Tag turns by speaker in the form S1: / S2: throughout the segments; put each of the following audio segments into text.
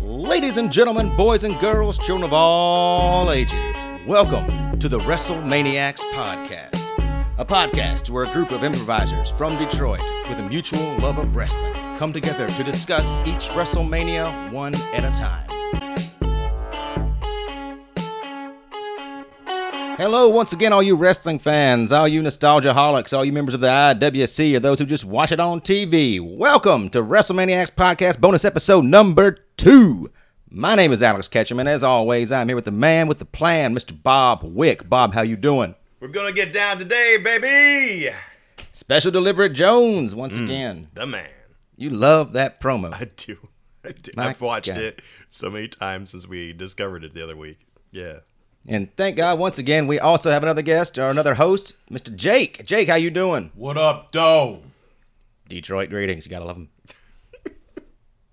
S1: Ladies and gentlemen, boys and girls, children of all ages, welcome to the WrestleManiacs Podcast, a podcast where a group of improvisers from Detroit with a mutual love of wrestling come together to discuss each WrestleMania one at a time. Hello, once again, all you wrestling fans, all you nostalgiaholics, all you members of the IWC, or those who just watch it on TV. Welcome to WrestleManiacs Podcast bonus episode number two. My name is Alex Ketchum, and as always, I'm here with the man with the plan, Mr. Bob Wick. Bob, how you doing?
S2: We're gonna get down today, baby.
S1: Special delivery Jones, once again.
S2: The man.
S1: You love that promo.
S2: I do. I do.
S1: My
S2: I've watched
S1: God.
S2: it so many times since we discovered it the other week. Yeah.
S1: And thank God, once again, we also have another guest or another host, Mr. Jake. Jake, how you doing?
S3: What up, doe?
S1: Detroit greetings. You gotta love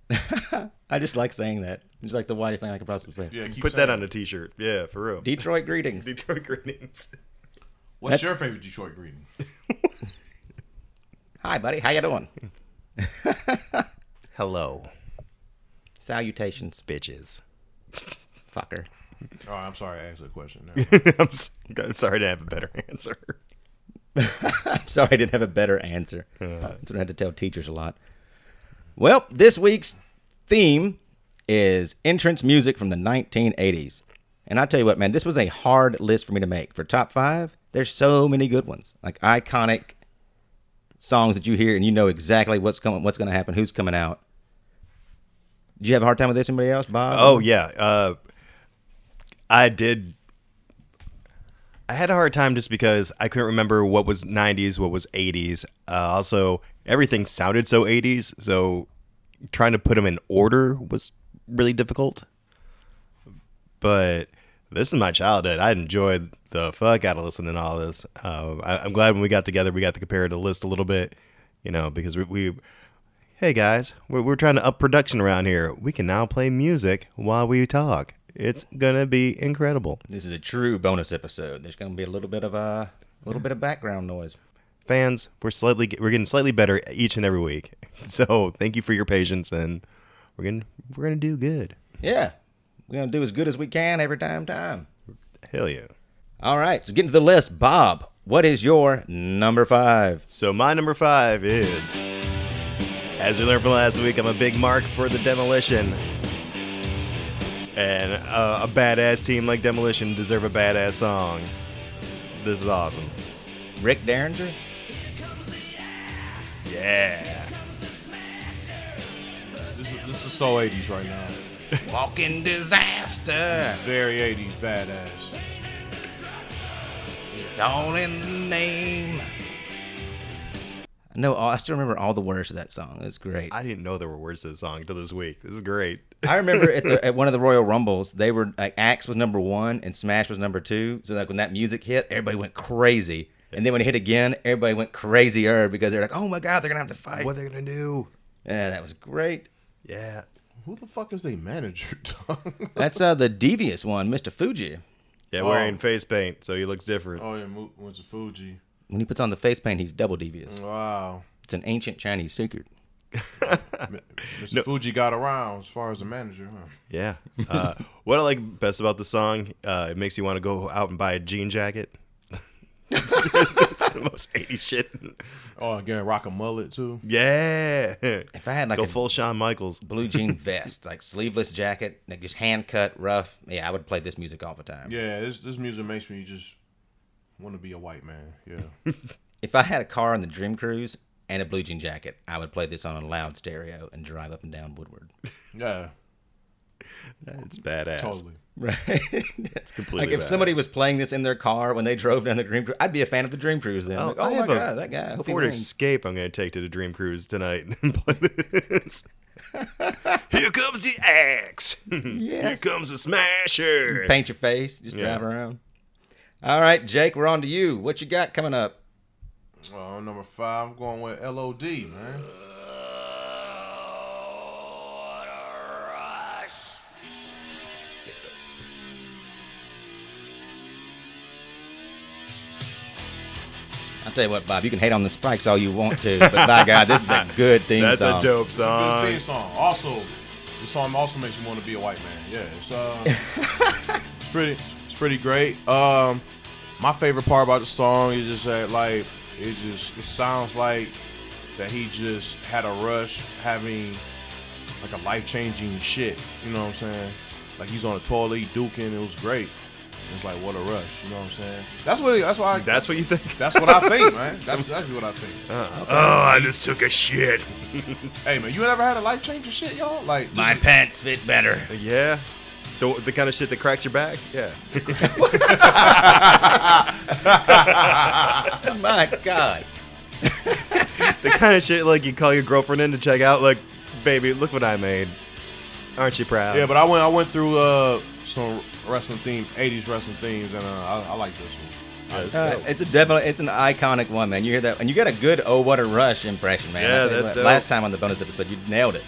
S1: them. I just like saying that. It's like the whitest thing I could possibly say.
S3: Yeah, keep
S2: Put
S3: saying
S2: that on a t-shirt. Yeah, for real.
S1: Detroit greetings.
S2: Detroit greetings.
S3: What's your favorite Detroit greeting?
S1: Hi, buddy. How you doing?
S2: Hello,
S1: Salutations,
S2: bitches.
S1: fucker.
S3: All right, Oh, I'm sorry, I asked that question.
S2: I'm s- I'm sorry to have a better answer.
S1: I'm sorry I didn't have a better answer. That's what I had to tell teachers a lot. Well, this week's theme is entrance music from the 1980s. And I tell you what, man, this was a hard list for me to make. For top five, there's so many good ones, like iconic songs that you hear and you know exactly what's coming, what's going to happen, who's coming out. Did you have a hard time with this? Anybody else, Bob?
S2: Oh yeah. Uh, I did. I had a hard time just because I couldn't remember what was 90s, what was 80s. Uh, also, everything sounded so 80s, so trying to put them in order was really difficult. But this is my childhood. I enjoyed the fuck out of listening to all this. Uh, I, I'm glad when we got together, we got to compare the list a little bit, you know, because we, we hey guys, we're, we're trying to up production around here. We can now play music while we talk. It's gonna be incredible.
S1: This is a true bonus episode. There's going to be a little bit of uh, a little bit of background noise.
S2: Fans, we're slightly we're getting slightly better each and every week. So thank you for your patience, and we're gonna we're gonna do good.
S1: Yeah, we're going to do as good as we can every time. Time.
S2: Hell yeah.
S1: All right, so getting to the list, Bob. What is your number five?
S2: So my number five is, as we learned from last week, I'm a big mark for the demolition. And uh, a badass team like Demolition deserve a badass song. This is awesome.
S1: Rick Derringer.
S2: Yeah.
S3: This is, this is so 80s right now.
S1: Walking disaster.
S3: Very 80s badass.
S1: It's all in the name. I know. all- I still remember all the words of that song. It's great.
S2: I didn't know there were words to the song till this week. This is great.
S1: I remember at, the, at one of the Royal Rumbles, they were like Axe was number one and Smash was number two. So like when that music hit, everybody went crazy. And then when it hit again, everybody went crazier because they're like, "Oh my God, they're gonna have to fight!"
S2: What are they gonna do?
S1: Yeah, that was great.
S2: Yeah.
S3: Who the fuck is they manager, dog?
S1: That's uh, the devious one, Mr. Fuji.
S2: Yeah,
S3: Oh.
S2: wearing face paint, so he looks different.
S3: oh, yeah, mo- went to Fuji.
S1: When he puts on the face paint, he's double devious.
S3: Wow.
S1: It's an ancient Chinese secret.
S3: M- Mr. Fuji got around as far as the manager, huh?
S2: Yeah. Uh, what I like best about the song, uh, it makes you want to go out and buy a jean jacket. That's the most 80 shit.
S3: Oh, again, rock a mullet, too.
S2: Yeah.
S1: If I had like
S2: Go
S1: a
S2: full Shawn Michaels.
S1: blue jean vest, like sleeveless jacket, like just hand cut, rough, yeah, I would play this music all the time.
S3: Yeah, this, this music makes me just want to be a white man. Yeah.
S1: If I had a car on the Dream Cruise and a blue jean jacket, I would play this on a loud stereo and drive up and down Woodward.
S3: yeah,
S2: That's badass.
S3: totally.
S1: Right. That's
S2: completely
S1: Like if
S2: badass.
S1: somebody was playing this in their car when they drove down the Dream Cruise, I'd be a fan of the Dream Cruise then.
S2: Oh,
S1: Like,
S2: I
S1: oh my
S2: have a
S1: god, that guy. I hope he
S2: Ford
S1: wins.
S2: Escape, I'm going to take to the Dream Cruise tonight and play this. Here comes the axe.
S1: Yes.
S2: Here comes the smasher.
S1: Paint your face, just
S2: Yeah.
S1: drive around. All right, Jake, we're on to you. What you got coming up?
S3: Well, number five, I'm going with LOD, man.
S1: I'll tell you what, Bob, you can hate on the spikes all you want to, but by God, this is a good theme
S2: That's
S1: song.
S2: a dope
S3: Good
S2: song.
S3: theme song. Also, The song also makes me want to be a white man. Yeah, it's, uh, it's pretty, it's pretty great. Um, my favorite part about the song is just that, like, it just, it sounds like that he just had a rush having like a life changing shit. You know what I'm saying? Like he's on a toilet, he duking. It was great. It's like what a rush. You know what I'm saying? That's what. That's why. I,
S2: That's what you think?
S3: That's what I think, man. That's exactly what I think.
S2: Oh, I just took a shit.
S3: Hey, man, you never had a life changing shit, y'all? Like just-
S1: pants fit better.
S2: Yeah. The, the kind of shit that cracks your back? Yeah.
S1: My God.
S2: the kind of shit like you call your girlfriend in to check out, like, baby, look what I made. Aren't you proud?
S3: Yeah, but I went. I went through uh, some wrestling theme, '80s wrestling themes, and uh, I, I like this one.
S2: Yeah,
S1: Uh, it's a definitely it's an iconic one, man. You hear that, and you got a good "Oh What a Rush" impression, man.
S2: Yeah,
S1: I tell you
S2: that's
S1: what,
S2: dope.
S1: Last time on the bonus episode, you nailed it.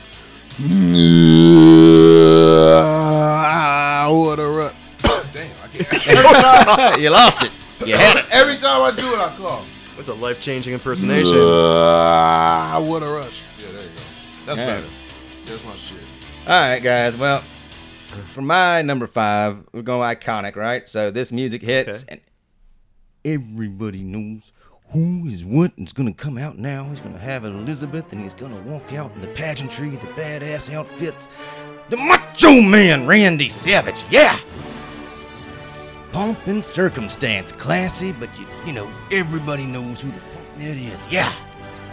S3: Ah, what a rush! Damn, I can't. Every time,
S1: you lost it. You had it.
S3: every time I do it, I call.
S2: That's a life changing impersonation.
S3: Ah, what a rush! Yeah, there you go. That's
S1: Yeah.
S3: better. That's my shit.
S1: All right, guys. Well, for my number five, we're going iconic, right? So this music hits,
S2: Okay.
S1: and everybody knows who is what is going to come out now. He's going to have Elizabeth, and he's going to walk out in the pageantry, the badass outfits, the Macho Man Randy Savage. Yeah. Pomp and circumstance, classy, but you you know everybody knows who the fuck that is. Yeah.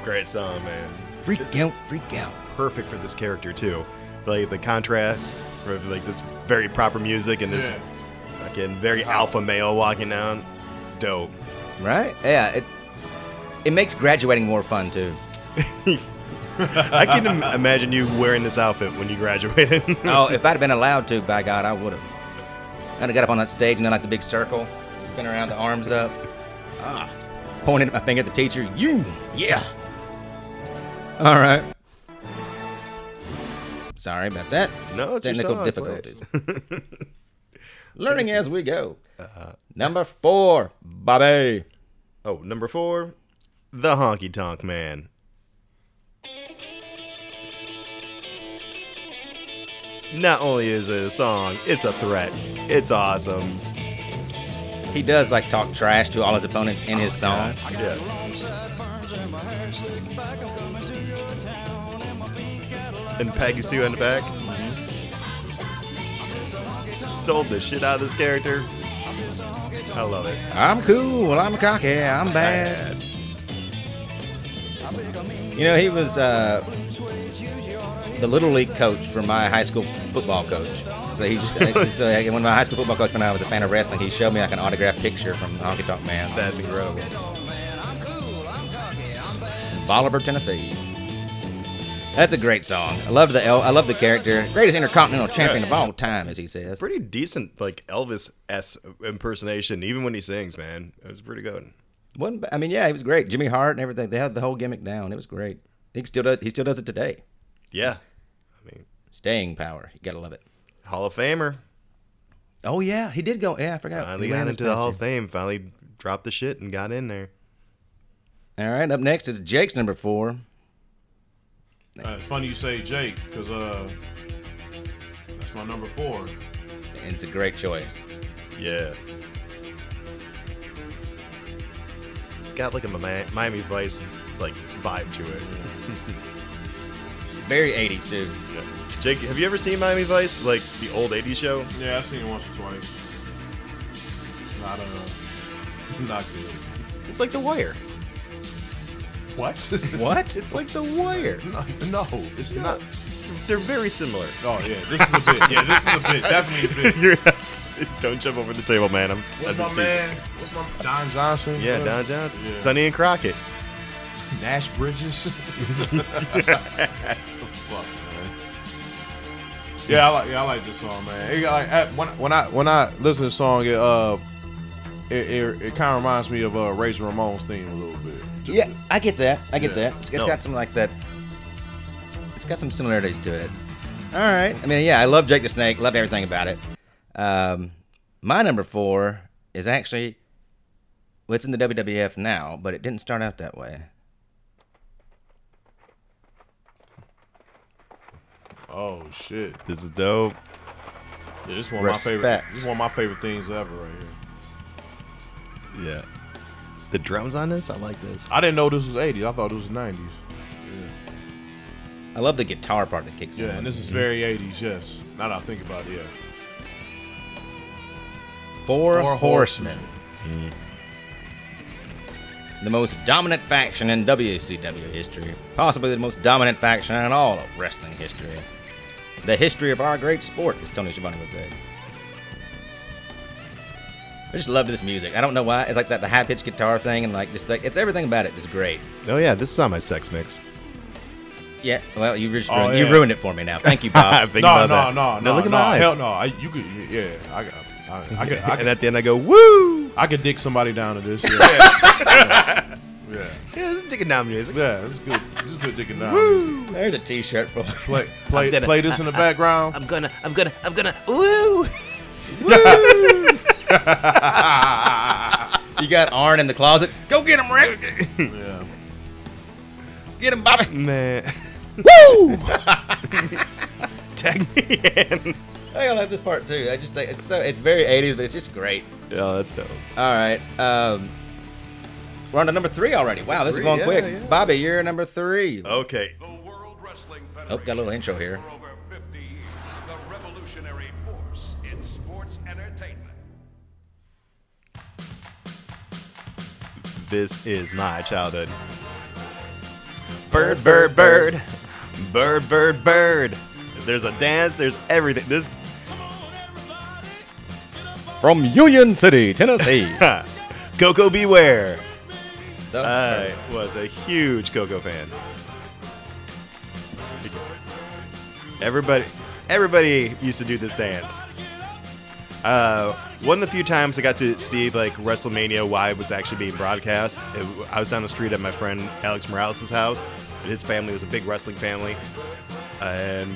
S2: Great song, man.
S1: Freak out, freak out.
S2: Perfect for this character, too. Like, the contrast for, like, this very proper music and this
S3: Yeah.
S2: fucking very alpha male walking down. It's dope.
S1: Right? Yeah. It it makes graduating more fun too.
S2: I can im- imagine you wearing this outfit when you graduated.
S1: oh, if I'd have been allowed to, by God, I would have. I'd have got up on that stage and done like the big circle, spin around the arms up, ah, pointing my finger at the teacher. You, yeah. All right. Sorry about that.
S2: no, it's your
S1: Technical
S2: song, play it. Uh-huh.
S1: difficulties. Learning as we go. Number four, Bobby.
S2: Oh, number four, the honky tonk man. Not only is it a song, it's a threat. It's awesome.
S1: He does like talk trash to all his opponents in his
S2: Oh,
S1: song.
S2: Yeah. And Peggy Sue in the back. Sold the shit out of this character. I love it.
S1: I'm cool. Well, I'm cocky. I'm bad. You know, he was uh, the little league coach for my high school football coach. So he, so like, when my high school football coach, when I was a fan of wrestling, he showed me like an autographed picture from the Honky Tonk Man,
S2: That's incredible.
S1: from Bolivar, Tennessee. That's a great song. I love the L. I love the character. Greatest intercontinental champion of all time, as he says.
S2: Pretty decent, like Elvis s impersonation, even when he sings. Man, it was pretty good.
S1: Wasn't ba- I mean, yeah, he was great. Jimmy Hart and everything. They had the whole gimmick down. It was great. He still does. He still does it today.
S2: Yeah, I mean,
S1: Staying power. You gotta love it.
S2: Hall of Famer.
S1: Oh yeah, he did go. Yeah, I forgot.
S2: Finally
S1: He
S2: got
S1: ran
S2: into
S1: his
S2: the Hall
S1: picture.
S2: of Fame. Finally dropped the shit and got in there.
S1: All right, up next is Jake's number four.
S3: Uh, it's funny you say Jake, because uh, that's my number four.
S1: And it's a great choice.
S2: Yeah. It's got like a Mi- Miami Vice like vibe to it.
S1: Very 80s, too.
S2: Yeah. Jake, have you ever seen Miami Vice? Like the old '80s show?
S3: Yeah, I've seen it once or twice. Not uh, not good.
S2: It's like The Wire.
S3: What?
S1: What?
S2: It's like The Wire.
S3: No, no, it's not.
S2: Not. They're very similar.
S3: Oh yeah, this is a bit. Yeah, this is a bit. Definitely a bit.
S2: You're, don't jump over the table, man. I'm.
S3: What's
S2: I'm
S3: my
S2: just-
S3: man? What's my Don Johnson?
S2: Yeah, Don Johnson,
S3: Yeah.
S2: Sonny and Crockett.
S3: Nash Bridges. Fuck, man. Yeah, I like yeah, I like this song, man. It, got, like, at- when when I when I listen to the song, it uh, it it, it kind of reminds me of uh, Razor Ramon's theme a little bit.
S1: Yeah, I get that. I get
S3: Yeah.
S1: that. It's, it's
S2: No.
S1: got some like that. It's got some similarities to it. All right. I mean, yeah, I love Jake the Snake. Love everything about it. Um, my number four is actually. Well, it's in the WWF now, but it didn't start out that way.
S3: Oh shit!
S2: This is dope.
S3: Yeah, this is one of my favorite.
S1: Respect.
S3: This is one of my favorite things ever, right here.
S2: Yeah. The drums on this, I like this.
S3: I didn't know this was '80s. I thought this was '90s.
S1: I love the guitar part that kicks
S3: Yeah,
S1: in.
S3: and this is very '80s. Yes. Now that I think about it, yeah.
S1: Four,
S3: Four
S1: Horsemen. The most dominant faction in WCW history. Possibly the most dominant faction in all of wrestling history. The history of our great sport, as Tony Schiavone would say. I just love this music. I don't know why. It's like that the high pitched guitar thing, and like just like it's everything about it is great.
S2: Oh yeah, this is on my sex mix.
S1: Yeah. Well, you just
S3: Oh,
S1: ruined, you
S3: yeah.
S1: ruined it for me now. Thank you,
S2: I
S1: Bob.
S2: think
S3: no,
S2: about
S3: no,
S2: that.
S3: no, no,
S2: Now look at
S3: no,
S2: my eyes.
S3: Hell no! I, you could, yeah, I got, I, I could, I
S2: and
S3: could,
S2: at the end, I go, "Woo!"
S3: I could dick somebody down to this. Yeah, yeah, yeah,
S2: Yeah, this is digging down music.
S3: yeah this is good. This is good dicking down.
S2: Woo!
S1: There's a T-shirt for.
S3: Play, play,
S2: I'm gonna-
S3: play this in the background.
S2: I'm gonna, I'm gonna, I'm gonna, woo!
S1: you got Arn in the closet. Go get him, Rick.
S3: yeah.
S1: Get him, Bobby.
S2: Man,
S1: Woo!
S2: tag me in.
S1: I love this part too. I just think it's so it's very 80s, but it's just great.
S2: Oh, that's dope.
S1: All right, um, we're on to number three already. Wow, this
S2: Three,
S1: is going
S2: yeah,
S1: quick.
S2: yeah.
S1: Bobby, you're number three.
S2: Okay.
S4: The World Wrestling
S1: Oh,
S4: Federation.
S1: got a little intro here.
S4: For over 50 years, the revolutionary force in sports entertainment.
S2: This is my childhood. Bird, bird, bird. Bird, bird, bird. There's a dance, there's everything. This
S1: From Union City, Tennessee.
S2: ha, Coco Beware.
S1: The-
S2: I was a huge Coco fan. Everybody everybody used to do this dance. Uh, one of the few times I got to see like WrestleMania live was actually being broadcast. It- I was down the street at my friend Alex Morales' house, and his family was a big wrestling family. And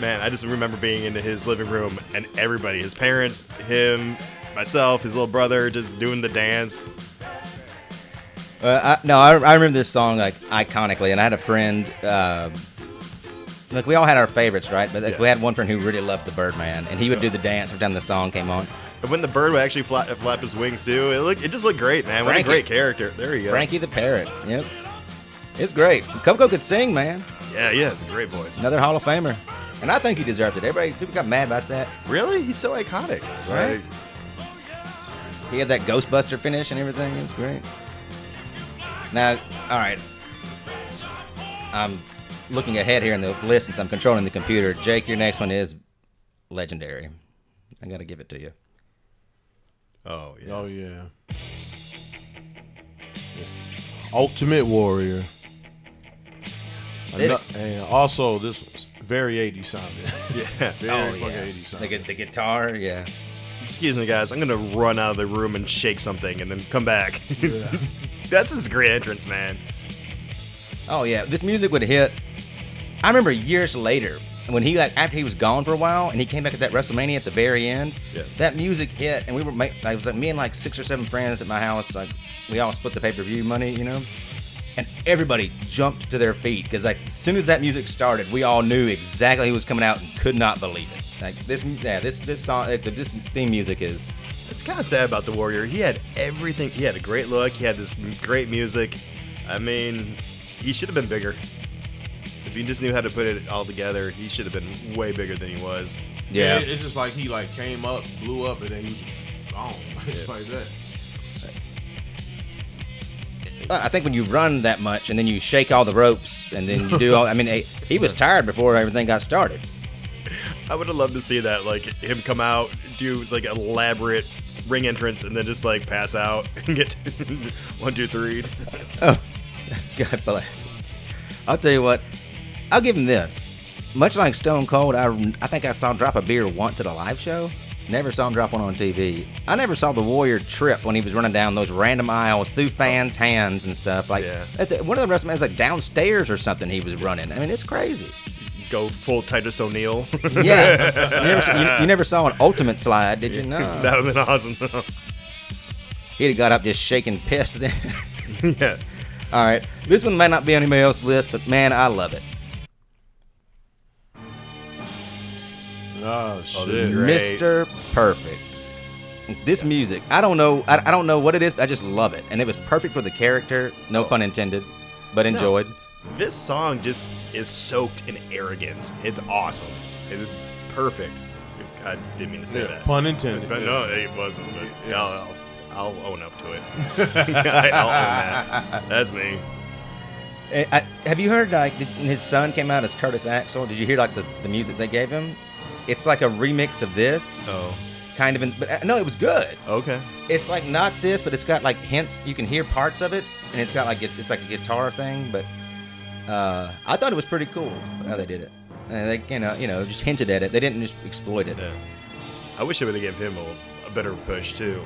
S2: man, I just remember being in his living room and everybody, his parents, him, myself, his little brother, just doing the dance.
S1: Uh, I, no, I, I remember this song like iconically, and I had a friend. Um, like we all had our favorites, right? But like,
S2: Yeah.
S1: we had one friend who really loved the Birdman, and he would do the dance every time the song came on.
S2: And when the bird would actually flap, flap his wings too, it looked it just looked great, man. What a
S1: Frankie.
S2: great character. There you go.
S1: Frankie the Parrot. Yep, it's great. Coco could sing, man.
S2: Yeah, yeah, it's a great voice.
S1: Another Hall of Famer, and I think he deserved it. Everybody, people got mad about that.
S2: Really, he's so iconic.
S1: Right?
S2: Right?
S1: He had that Ghostbuster finish and everything. It's great. Now, all right. I'm looking ahead here in the list since I'm controlling the computer. Jake, your next one is legendary. I gotta give it to you.
S2: Oh yeah.
S3: Oh yeah. Ultimate Warrior.
S1: This-
S3: Ano- and also this was very 80s sounding.
S2: yeah.
S3: Very
S1: Oh,
S3: fucking
S1: yeah.
S3: 80s
S1: The,
S3: sounding.
S1: gu- the guitar, yeah.
S2: Excuse me, guys. I'm gonna run out of the room and shake something, and then come back. That's his great entrance, man.
S1: Oh yeah, this music would hit. I remember years later when he like after he was gone for a while and he came back at that WrestleMania at the very end.
S2: Yeah.
S1: That music hit, and we were ma- I was like me and like six or seven friends at my house. Like we all split the pay per view money, you know. And everybody jumped to their feet because like as soon as that music started, we all knew exactly who was coming out and could not believe it. Like this, yeah, this this song, like, this theme music is.
S2: It's kind of sad about the Warrior. He had everything. He had a great look. He had this m- great music. I mean, he should have been bigger. If he just knew how to put it all together, he should have been way bigger than he was.
S3: It- it's just like he like came up, blew up, and then he was just gone. It's like that.
S1: Uh, I think when you run that much and then you shake all the ropes and then you do all, I mean, eh, he was tired before everything got started.
S2: I would have loved to see that, like him come out, do like elaborate ring entrance, and then just like pass out and get one, two, three.
S1: God bless. I'll tell you what, I'll give him this. Much like Stone Cold, I, I think I saw him drop a beer once at a live show. Never saw him drop one on TV. I never saw the Warrior trip when he was running down those random aisles through fans' hands and stuff. Like
S2: Yeah.
S1: at the, one of the WrestleManias, like downstairs or something, he was running. I mean, it's crazy.
S2: Go full Titus O'Neil.
S1: Yeah, you, never, saw- you, you never saw an ultimate slide, did you? No,
S2: that would have been awesome.
S1: he'd have got up just shaking pissed. Then.
S2: yeah.
S1: All right. This one may not be on anybody else's list, but man, I love it.
S3: Oh,
S2: this is
S3: shit.
S2: great.
S1: Mr. Perfect. This music, I don't know, I, I don't know what it is. But I just love it, and it was perfect for the character. No pun intended, but enjoyed.
S2: This song just is soaked in arrogance. It's awesome. It's perfect. I didn't mean to say
S3: Yeah,
S2: that.
S3: pun intended.
S2: But no, it wasn't. But
S3: Yeah.
S2: I'll, I'll, I'll own up to it. I- I'll own that. That's me.
S1: Eh, I, have you heard like th- his son came out as Curtis Axel? Did you hear like the, the music they gave him? It's like a remix of this,
S2: Oh,
S1: kind of. In, but uh, no, it was good.
S2: okay.
S1: It's like not this, but it's got like hints. You can hear parts of it, and it's got like it- it's like a guitar thing. But uh, I thought it was pretty cool how they did it. And they, you know, you know, just hinted at it. They didn't just exploit it.
S2: Yeah. I wish I would have given him a, a better push too.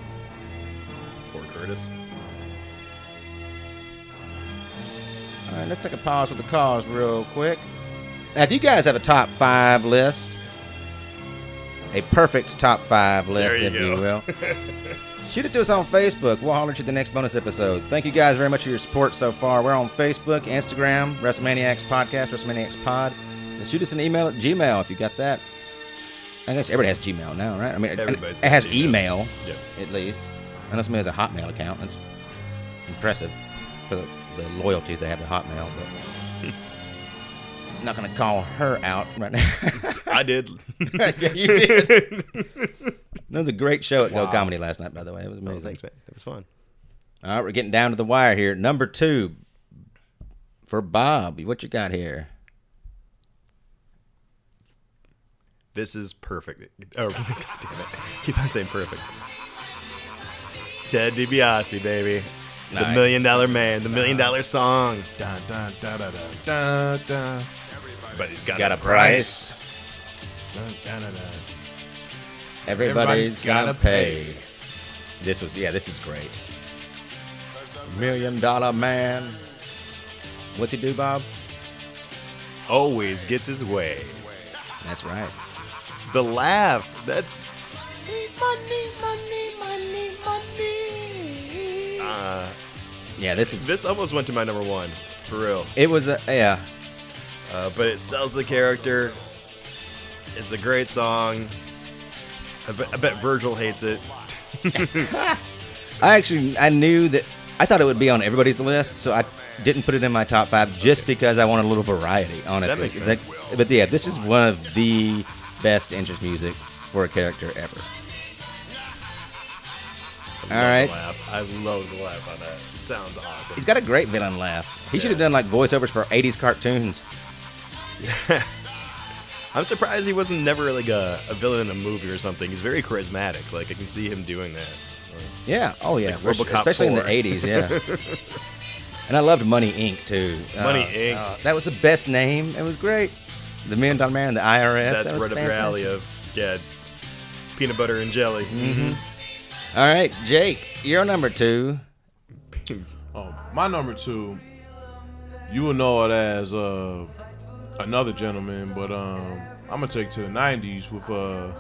S2: Poor Curtis.
S1: All right, let's take a pause with the cause real quick. Now, if you guys have a top five list, a perfect top five list,
S2: There you
S1: if
S2: go.
S1: you will, shoot it to us on Facebook. We'll holler at you the next bonus episode. Thank you guys very much for your support so far. We're on Facebook, Instagram, WrestleManiacs Podcast, WrestleManiacs Pod. And shoot us an email at Gmail if you got that. I guess everybody has Gmail now, right? I mean, it-
S2: Everybody's
S1: it
S2: got
S1: has
S2: Gmail.
S1: email
S2: Yeah.
S1: at least. Unless somebody has a Hotmail account. That's impressive for the, the loyalty they have to Hotmail. But I'm not going to call her out right now.
S2: I did.
S1: yeah, you did. that was a great show at Go Comedy last night, by the way. It was amazing.
S2: Oh, Thanks, man. It was fun.
S1: All right, we're getting down to the wire here. Number two for Bob. What you got here?
S2: This is perfect. Oh, God damn it. Keep on saying perfect. Ted DiBiase, baby. The
S1: Nice. Uh-huh.
S2: Million Dollar Man, the Million Dollar Song.
S3: Dun, dun, dun, dun, dun, dun, dun,
S2: But he's got,
S1: Got a price.
S3: dun, dun, dun, dun.
S1: Everybody's,
S3: Everybody's
S1: gotta,
S3: gotta
S1: pay. This was yeah, this is great. Million dollar man. What's he do, Bob?
S2: Always gets his way.
S1: That's right.
S2: The laugh. That's. Money, money, money, money. Uh,
S1: Yeah, this is
S2: this almost went to my number one, for real.
S1: it was a yeah.
S2: Uh, but it sells the character. It's a great song. I bet, I bet Virgil hates it.
S1: I actually I knew that I thought it would be on everybody's list, so I didn't put it in my top five just because I want a little variety, honestly.
S2: makes sense.
S1: That's- But yeah, this is one of the best interest musics for a character ever.
S2: I love
S1: All right.
S2: The laugh. I love the laugh on that. It sounds awesome.
S1: He's got a great villain laugh. He should have
S2: Yeah.
S1: done like voiceovers for 80s cartoons.
S2: I'm surprised he wasn't never like a, a villain in a movie or something. He's very charismatic. Like I can see him doing that.
S1: Yeah. Oh yeah.
S2: Like
S1: For-
S2: RoboCop
S1: Especially in
S2: 4.
S1: the eighties. Yeah. and I loved Money Inc. too. Uh,
S2: Money Inc.
S1: that was the best name. It was great. The Million Dollar Man, the IRS.
S2: That's
S1: that was
S2: right up your alley
S1: fantastic. Mm-hmm.
S2: of yeah, peanut butter and jelly. Mm-hmm.
S1: All right, Jake, you're number two.
S3: Um, my number two, you will know it as uh, another gentleman, but um, I'm gonna take to the '90s with uh,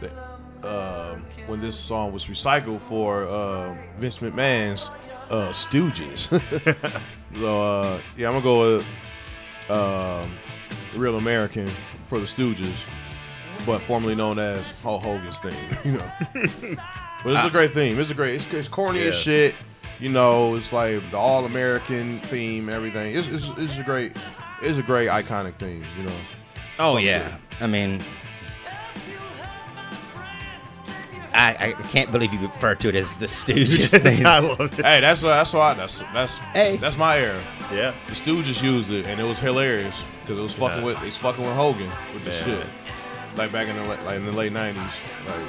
S3: the, uh, when this song was recycled for uh, Vince McMahon's uh, Stooges. so uh, yeah, I'm gonna go with um Real American for the Stooges, but formerly known as Hulk Hogan's thing. You know. But it's a great theme. It's a great. It's, it's corny as
S2: Yeah.
S3: shit. You know, it's like the all American theme, everything. It's, it's, it's a great, it's a great iconic theme. You know,
S1: Oh yeah. I mean, I, I can't believe you refer to it as the Stooges thing.
S2: I love it.
S3: hey, that's that's why that's that's
S1: Hey.
S3: that's my era.
S2: Yeah.
S3: The Stooges used it, and it was hilarious because it was fucking
S2: Yeah.
S3: with it's fucking with Hogan with the
S2: Yeah.
S3: shit, like back in the la- like in the late nineties, like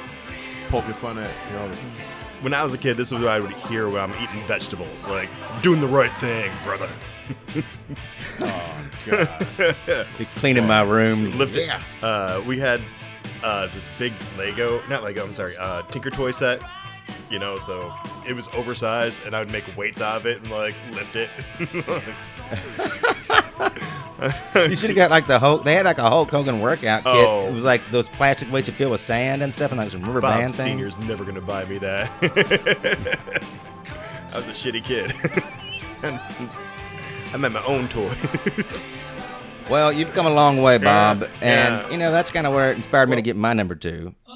S3: poking fun at you know.
S2: When I was a kid, this is what I would hear when I'm eating vegetables. Like doing the right thing, brother.
S3: God.
S1: Be cleaning my room.
S2: Lift it. Uh, we had uh, this big Lego, not Lego, I'm sorry, uh, Tinker Toy set. You know, so it was oversized, and I would make weights out of it and like lift it.
S1: You should have got like the Hulk. They had like a Hulk Hogan workout kit.
S2: Oh.
S1: It was like those plastic weights you fill with sand and stuff, and like some rubber
S2: Bob
S1: band things.
S2: Senior's never gonna buy me that. I was a shitty kid. And I made my own toys.
S1: Well, you've come a long way, Bob, and
S2: yeah.
S1: you know that's kind of where it inspired me to get my number two.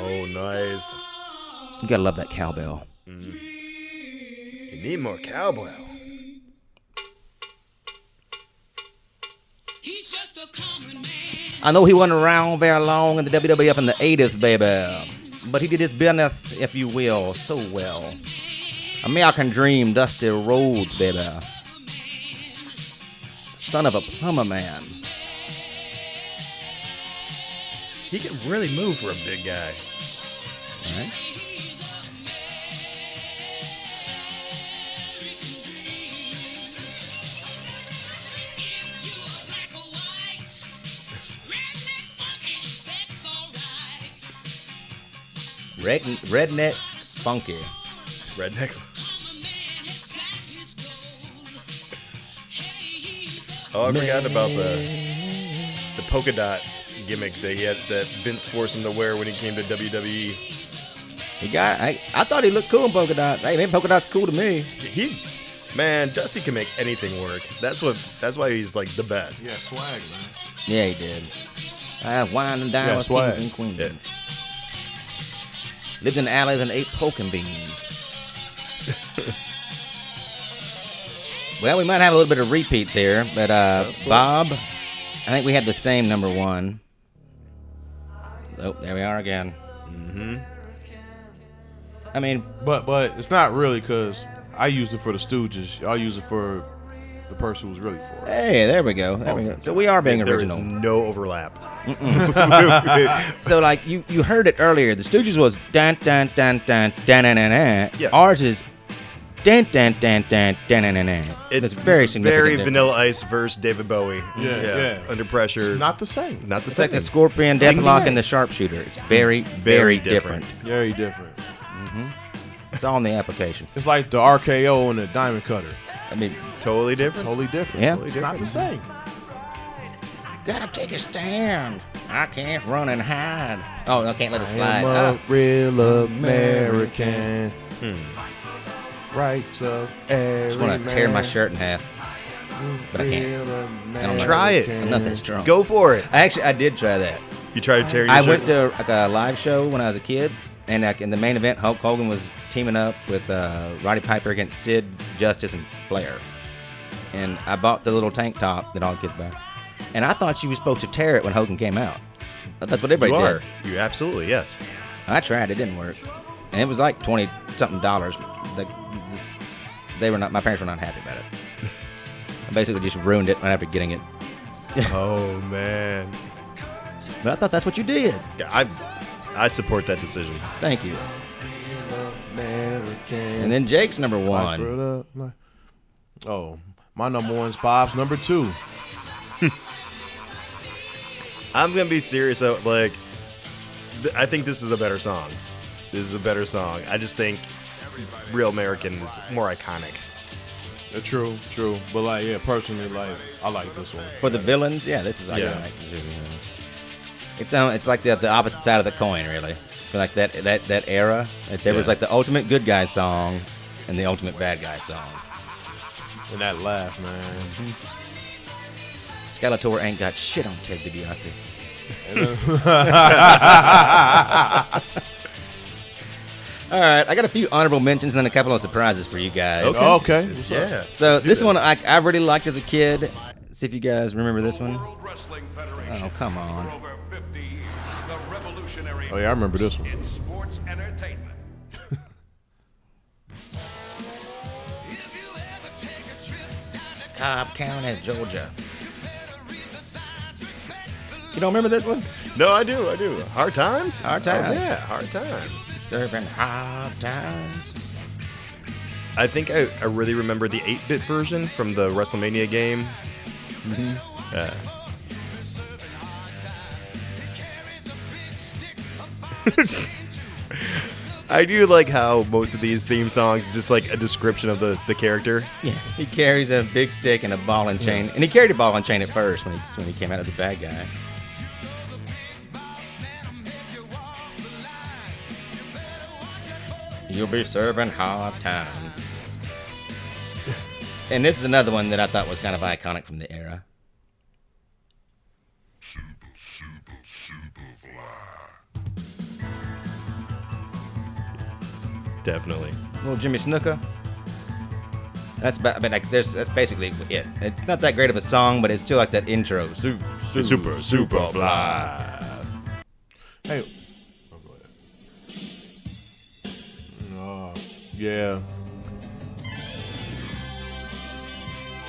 S2: Oh, nice.
S1: You gotta love that cowbell.
S2: You need more cowbell.
S5: He's just a common man.
S1: I know he wasn't around very long in the WWF in the 80s, baby. But he did his business, if you will, so well. American Dream, Dusty Rhodes, baby. Son of a plumber man.
S2: He can really move for a big guy.
S1: Alright.
S5: You are black or white. Redneck funky, that's alright.
S1: Red, redneck, funky.
S2: Redneck.
S5: Common man has got his gold. Hey, he's a
S2: Oh, I forgot about the the polka dots gimmick that he had that Vince forced him to wear when he came to E. WWE.
S1: He got. I, I thought he looked cool in polka dots. Hey, man, polka dots cool to me.
S2: He, man, Dusty can make anything work. That's what. That's why he's like the best.
S3: Yeah, swag, man.
S1: Yeah, he did. I wine and dine
S3: Yeah,
S1: with
S3: swag.
S1: kings and queens.
S2: Yeah.
S1: Lived in alleys and ate poking beans. well, we might have a little bit of repeats here, but uh, Bob, I think we had the same number one. Oh, there we are again. Mm-hmm. I mean,
S3: But but it's not really because I used it for the Stooges. Y'all use it for the person who was really for it.
S1: hey, there we go. There we go. So we are being
S2: There is
S1: original.
S2: no overlap.
S1: So like you you heard it earlier. The Stooges was dan dan dan dan dan dan dan. dan.
S2: Yeah.
S1: Ours is dan dan dan dan dan dan dan. dan. That's very significant.
S2: Very
S1: difference.
S2: Vanilla Ice versus David Bowie.
S3: Yeah, yeah.
S2: Under pressure.
S3: It's not the same.
S2: Not the
S1: It's like the
S2: second.
S1: Scorpion,
S2: Like you
S1: Deathlock,
S2: said.
S1: and the Sharpshooter. It's very very, different.
S2: different.
S3: Very different.
S1: It's all in the application.
S3: It's like the RKO and the Diamond Cutter.
S1: I mean,
S2: Totally different.
S3: Totally different.
S1: Yeah.
S3: It's not the same.
S1: gotta take a stand. I can't run and hide. Oh, I can't let it slide.
S3: I'm
S1: Oh.
S3: a real American. Rights of every
S1: Hmm. I just want to tear my shirt in half, but I can't.
S3: can't.
S1: like
S2: Try it.
S1: I'm not that strong.
S2: Go for it.
S1: Actually, I did try that.
S2: You tried tearing.
S1: I
S2: your
S1: went
S2: shirt?
S1: to like a live show when I was a kid, and like, in the main event, Hulk Hogan was teaming up with uh, Roddy Piper against Sid Justice and Flair. And I bought the little tank top that all the kids buy, and I thought you were supposed to tear it when Hogan came out. That's what everybody
S2: You
S1: did.
S2: are. You absolutely yes.
S1: I tried, it didn't work, and it was like twenty something dollars. Like th- they were not. My parents were not happy about it. I basically just ruined it right after getting it.
S2: Oh man.
S1: But I thought that's what you did.
S2: Yeah, I I support that decision.
S1: Thank you.
S3: American.
S1: And then Jake's number one.
S3: Oh, my number one's Bob's number two.
S2: I'm gonna be serious though. Like, th- I think this is a better song. This is a better song. I just think "Real American" is more iconic.
S3: Uh, True, true. But like, yeah, personally, like, I like this one.
S1: For the villains, yeah, this is
S2: Yeah.
S1: iconic. It's um, it's like the, the opposite side of the coin, really. For like that that that era, like there was
S2: Yeah.
S1: like the ultimate good guy song, and the ultimate bad guy song.
S3: And that laugh, man.
S1: Skeletor ain't got shit on Ted DiBiase. All right, I got a few honorable mentions and then a couple of surprises for you guys.
S2: Okay.
S3: Okay. What's up?
S2: Yeah.
S1: So
S2: let's do
S1: this one I, I really liked as a kid. See if you guys remember this one.
S4: World Wrestling Federation.
S1: Oh, come on.
S4: For over 50 years, the revolutionary
S3: Oh, yeah, I remember this
S4: force
S3: one.
S4: in sports entertainment.
S5: If you ever take a trip down to
S1: Cobb County, Georgia.
S5: Cleveland, the signs respect the
S1: You don't remember this one?
S2: No, I do. I do. Hard times.
S1: Hard times.
S2: Oh, yeah, hard times.
S1: Serving hard times.
S2: I think I, I really remember the 8-bit version from the WrestleMania game.
S3: Mm-hmm.
S2: Uh,
S5: serving hard times. It carries a big stick of
S2: I do like how most of these theme songs is just like a description of the, the character.
S1: Yeah. He carries a big stick and a ball and chain, and he carried a ball and chain at first when he when he came out as a bad guy. You'll be serving hard times. and this is another one that I thought was kind of iconic from the era.
S2: Definitely.
S1: Little Jimmy Snooker. That's ba- but like there's that's basically it. It's not that great of a song, but it's still like that intro. Super, super,
S2: Super, super fly.
S3: Hey. Oh, go ahead. Uh, yeah.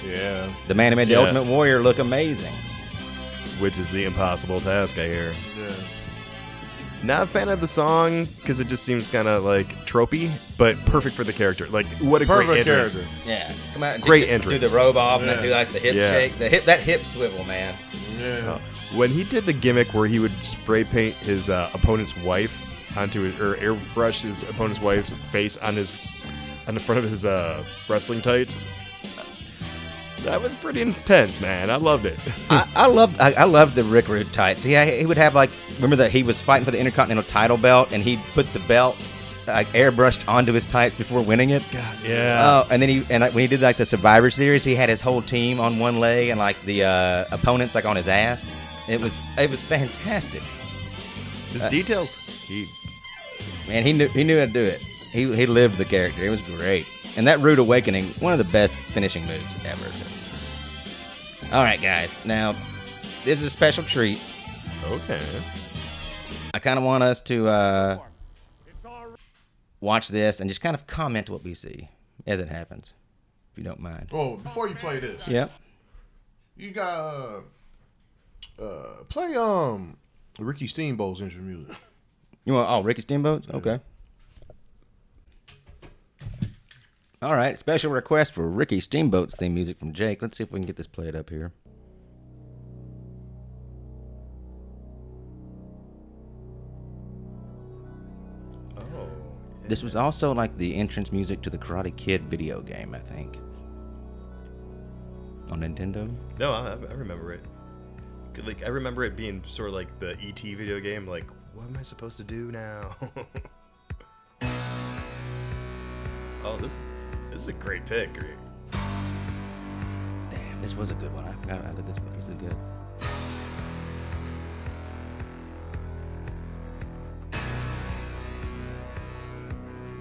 S3: Yeah.
S1: The man who made the
S2: Yeah.
S1: Ultimate Warrior look amazing.
S2: Which is the impossible task, I hear.
S3: Yeah.
S2: Not a fan of the song because it just seems kind of like tropey, but perfect for the character. Like, what a great
S3: Perfect
S2: entrance.
S3: character.
S1: Yeah, come out. And
S2: Great
S1: do, the-
S2: entrance.
S1: Do the robe off and
S3: Yeah.
S1: then do like the hip
S2: Yeah.
S1: shake, the hip that hip swivel, man.
S3: Yeah.
S2: When he did the gimmick where he would spray paint his uh, opponent's wife onto his, or airbrush his opponent's wife's face on his on the front of his uh, wrestling tights, that was pretty intense, man. I loved it.
S1: I, I love I, I love the Rick Rude tights. He he would have like remember that he was fighting for the Intercontinental title belt and he put the belt like airbrushed onto his tights before winning it.
S2: yeah.
S1: Oh, and then he and like, when he did like the Survivor Series, he had his whole team on one leg and like the uh, opponents like on his ass. It was it was fantastic,
S2: His details. He
S1: man. He knew he knew how to do it. He he lived the character. It was great. And that Rude Awakening, one of the best finishing moves ever. All right, guys. Now this is a special treat.
S2: okay.
S1: I kind of want us to uh, watch this and just kind of comment what we see as it happens, if you don't mind.
S3: Oh, before you play this,
S1: Yep.
S3: you got uh, uh, play um Ricky Steamboat's intro music.
S1: You want oh Ricky Steamboat? Okay. All right, special request for Ricky Steamboat's theme music from Jake. Let's see if we can get this played up here. This was also like the entrance music to the Karate Kid video game, I think. On Nintendo?
S2: No, I, I remember it. 'Cause, Like I remember it being sort of like the ET video game. Like, what am I supposed to do now? oh, this this is a great pick. Rick.
S1: Damn, this was a good one. I forgot I did this one. This is good.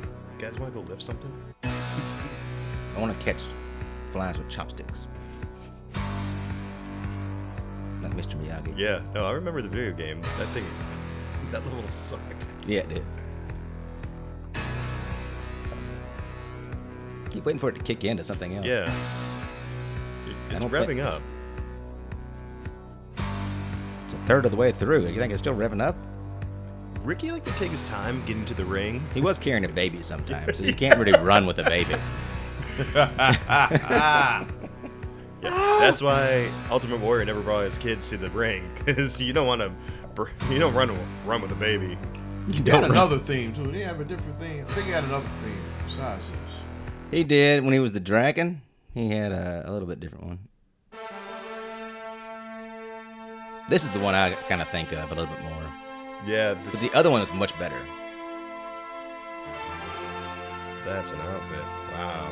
S2: You guys want to go lift something?
S1: I want to catch flies with chopsticks. Like Mr. Miyagi.
S2: Yeah. No, I remember the video game. That thing, that level sucked.
S1: Yeah, dude. Keep waiting for it to kick into something else.
S2: Yeah. It- It's
S1: don't think-
S2: revving up.
S1: It's a third of the way through. You think it's still revving up?
S2: Ricky liked to take his time getting to the ring.
S1: He was carrying a baby sometimes, so you can't really run with a baby.
S2: Yeah, that's why Ultimate Warrior never brought his kids to the ring because you don't want to, you don't run run with a baby.
S1: You
S3: They had
S1: don't run.
S3: another theme too. They have a different theme. I think he had another theme besides this.
S1: He did when he was the dragon. He had a, a little bit different one. This is the one I kind of think of a little bit more.
S2: Yeah,
S1: But the other one is much better.
S2: that's an outfit. Wow.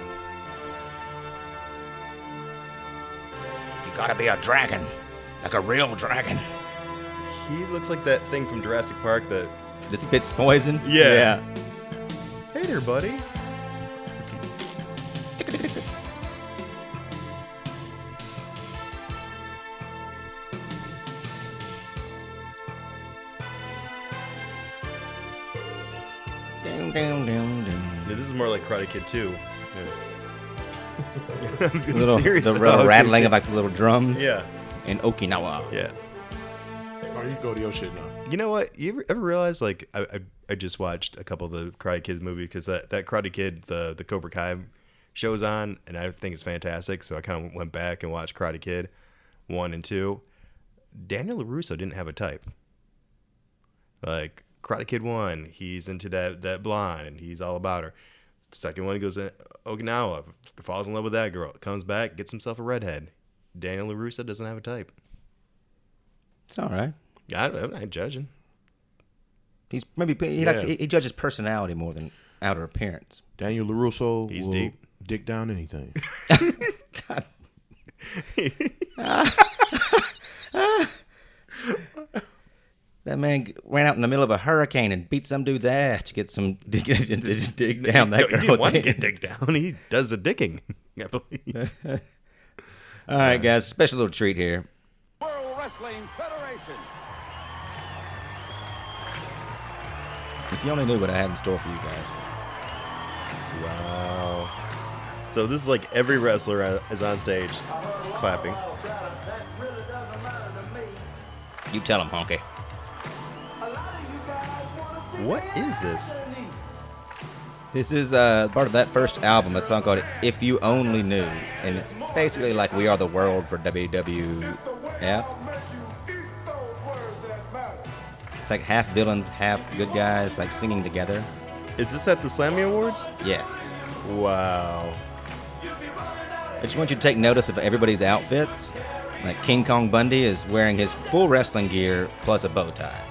S1: You gotta be a dragon, like a real dragon.
S2: He looks like that thing from Jurassic Park that.
S1: That spits poison.
S2: Yeah. Hey there, buddy.
S1: Dun, dun, dun, dun.
S2: Yeah, this is more like Karate Kid 2.
S1: The little, the little rattling of like the little drums.
S2: Yeah,
S1: In Okinawa.
S2: yeah.
S3: Oh, you go to your shit now.
S2: You know what? You ever, ever realize like I, I I just watched a couple of the Karate Kid movie because that that Karate Kid the the Cobra Kai shows on and I think it's fantastic. So I kind of went back and watched Karate Kid one and two. Daniel Larusso didn't have a type. Like Karate Kid one, he's into that that blonde and he's all about her. Second one, he goes to Okinawa, falls in love with that girl, comes back, gets himself a redhead. Daniel Larusso doesn't have a type.
S1: It's all right.
S2: I, I'm not judging.
S1: He's maybe he,
S2: Yeah.
S1: likes, he, he judges personality more than outer appearance.
S3: Daniel Larusso
S2: He's
S3: will
S2: deep.
S3: dick down anything.
S1: That man g- ran out in the middle of a hurricane and beat some dude's ass to get some to get- to just dig down that
S2: Yo, he
S1: girl.
S2: didn't want to get dick down. He does the dicking, I believe.
S1: All right, guys, special little treat here.
S6: World Wrestling Federation.
S1: If you only knew what I had in store for you guys.
S2: Wow. So this is like every wrestler is on stage clapping.
S1: You tell him, honky.
S2: What is this?
S1: This is uh, part of that first album, a song called If You Only Knew. And it's basically like We Are the World for WWF. It's like half villains, half good guys, like singing together.
S2: Is this at the Slammy Awards?
S1: Yes.
S2: Wow.
S1: I just want you to take notice of everybody's outfits. Like King Kong Bundy is wearing his full wrestling gear plus a bow tie.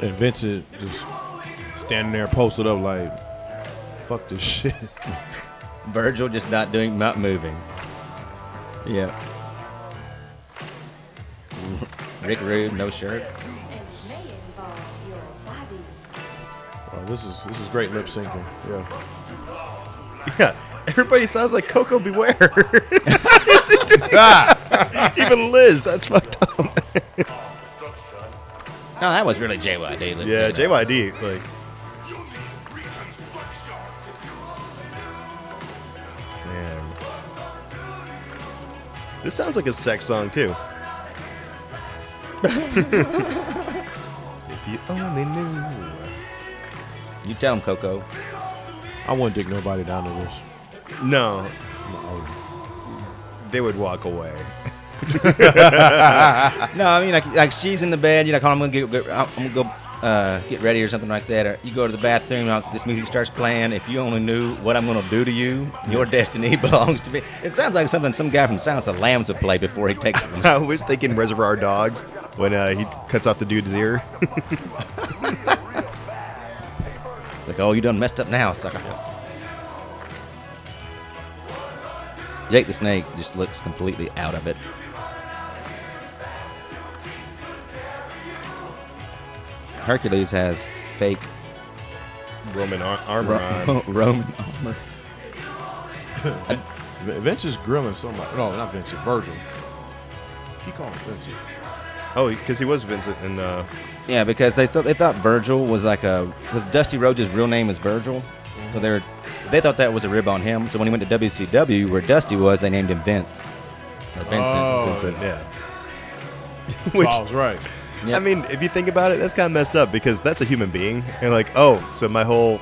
S3: And Vincent just standing there posted up like, fuck this shit.
S1: Virgil just not doing, not moving. Yeah. Rick Rude, no shirt.
S3: Oh, this is this is great lip syncing. Yeah.
S2: Yeah. Everybody sounds like Coco Beware. Is he doing that? Even Liz, Ah. that's fucked up.
S1: No, that was really JYD. Let's
S2: Yeah,
S1: see that.
S2: JYD. Like, man, this sounds like a sex song too. if you only knew.
S1: You tell him, Coco.
S3: I wouldn't dig nobody down to this.
S2: No, they would walk away.
S1: No, I mean like like she's in the bed. You're like, oh, I'm gonna get, get I'm gonna go uh, get ready or something like that. Or you go to the bathroom. Like, this music starts playing. If you only knew what I'm gonna do to you, your destiny belongs to me. It sounds like something some guy from Silence of the Lambs would play before he takes them.
S2: I was thinking Reservoir Dogs when uh, he cuts off the dude's ear.
S1: It's like, oh, you done messed up now, sucker. Jake the Snake just looks completely out of it. Hercules has fake
S2: Roman ar- armor on.
S1: Ro- Roman armor.
S3: V- Vince is grilling somebody. No, not Vince. Virgil. He called him Vince.
S2: Oh, because he was Vincent and uh,
S1: Yeah, because they so they thought Virgil was like a because Dusty Rhodes' real name is Virgil, so they were they thought that was a rib on him. So when he went to WCW, where Dusty was, they named him Vince or Vincent.
S3: Oh,
S2: Vincent, yeah.
S3: Which,
S2: Which
S3: was right.
S1: Yep.
S2: I mean, if you think about it, that's kind of messed up because that's a human being, and like, oh, so my whole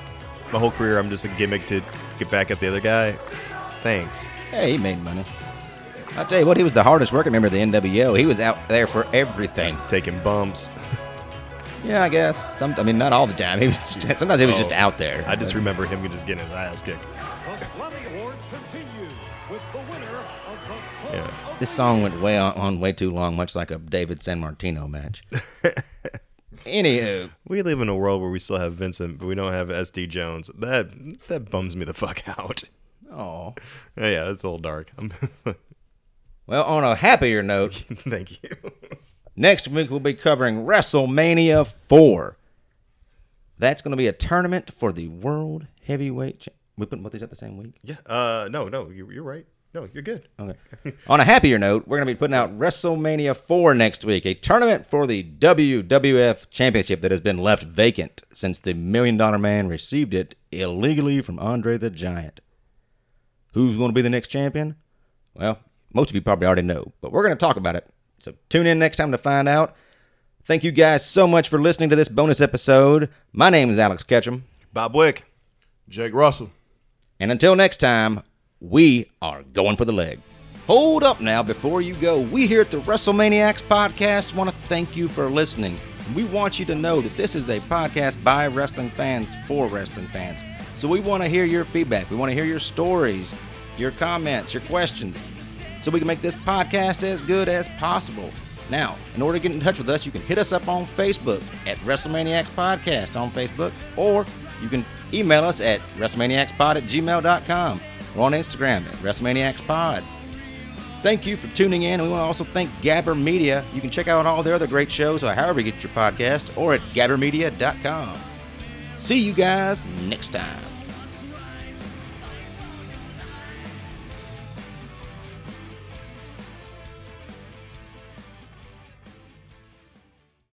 S2: my whole career, I'm just a gimmick to get back at the other guy. Thanks.
S1: Hey, he made money. I tell you what, he was the hardest working member of the NWO. He was out there for everything.
S2: Taking bumps.
S1: Yeah, I guess. Some, I mean, not all the time. He was just, sometimes he was just
S2: Oh,
S1: out there.
S2: I just remember him just getting his ass kicked.
S6: The Slammy Awards continue with the winner of the Club
S2: Yeah.
S6: of
S1: this song went way on, on way too long, much like a David San Martino match. Anywho,
S2: We live in a world where we still have Vincent, but we don't have SD Jones. That that bums me the fuck out.
S1: oh.
S2: Yeah, it's a little dark. I'm-
S1: Well, on a happier note,
S2: Thank you.
S1: Next week, we'll be covering WrestleMania 4. That's going to be a tournament for the World Heavyweight Cha- We putting both these out the same week?
S2: Yeah. Uh, no, no, you're, you're right. No, you're good.
S1: Okay. On a happier note, we're going to be putting out WrestleMania 4 next week, a tournament for the WWF Championship that has been left vacant since the Million Dollar Man received it illegally from Andre the Giant. Who's going to be the next champion? Well, most of you probably already know, but we're going to talk about it. So tune in next time to find out. Thank you guys so much for listening to this bonus episode. My name is Alex Ketchum,
S2: Bob Wick.
S3: Jake Russell.
S1: and until next time, we are going for the leg. Hold up now before you go. We here at the WrestleManiacs podcast want to thank you for listening. We want you to know that this is a podcast by wrestling fans for wrestling fans. So we want to hear your feedback. We want to hear your stories, your comments, your questions so we can make this podcast as good as possible. Now, in order to get in touch with us, you can hit us up on Facebook at WrestleManiacs Podcast on Facebook, or you can Email us at WrestleManiacsPod at gmail.com. We're on Instagram at WrestleManiacsPod. Thank you for tuning in. We want to also thank Gabber Media. You can check out all their other great shows, or however you get your podcast, or at gabbermedia.com. See you guys next time.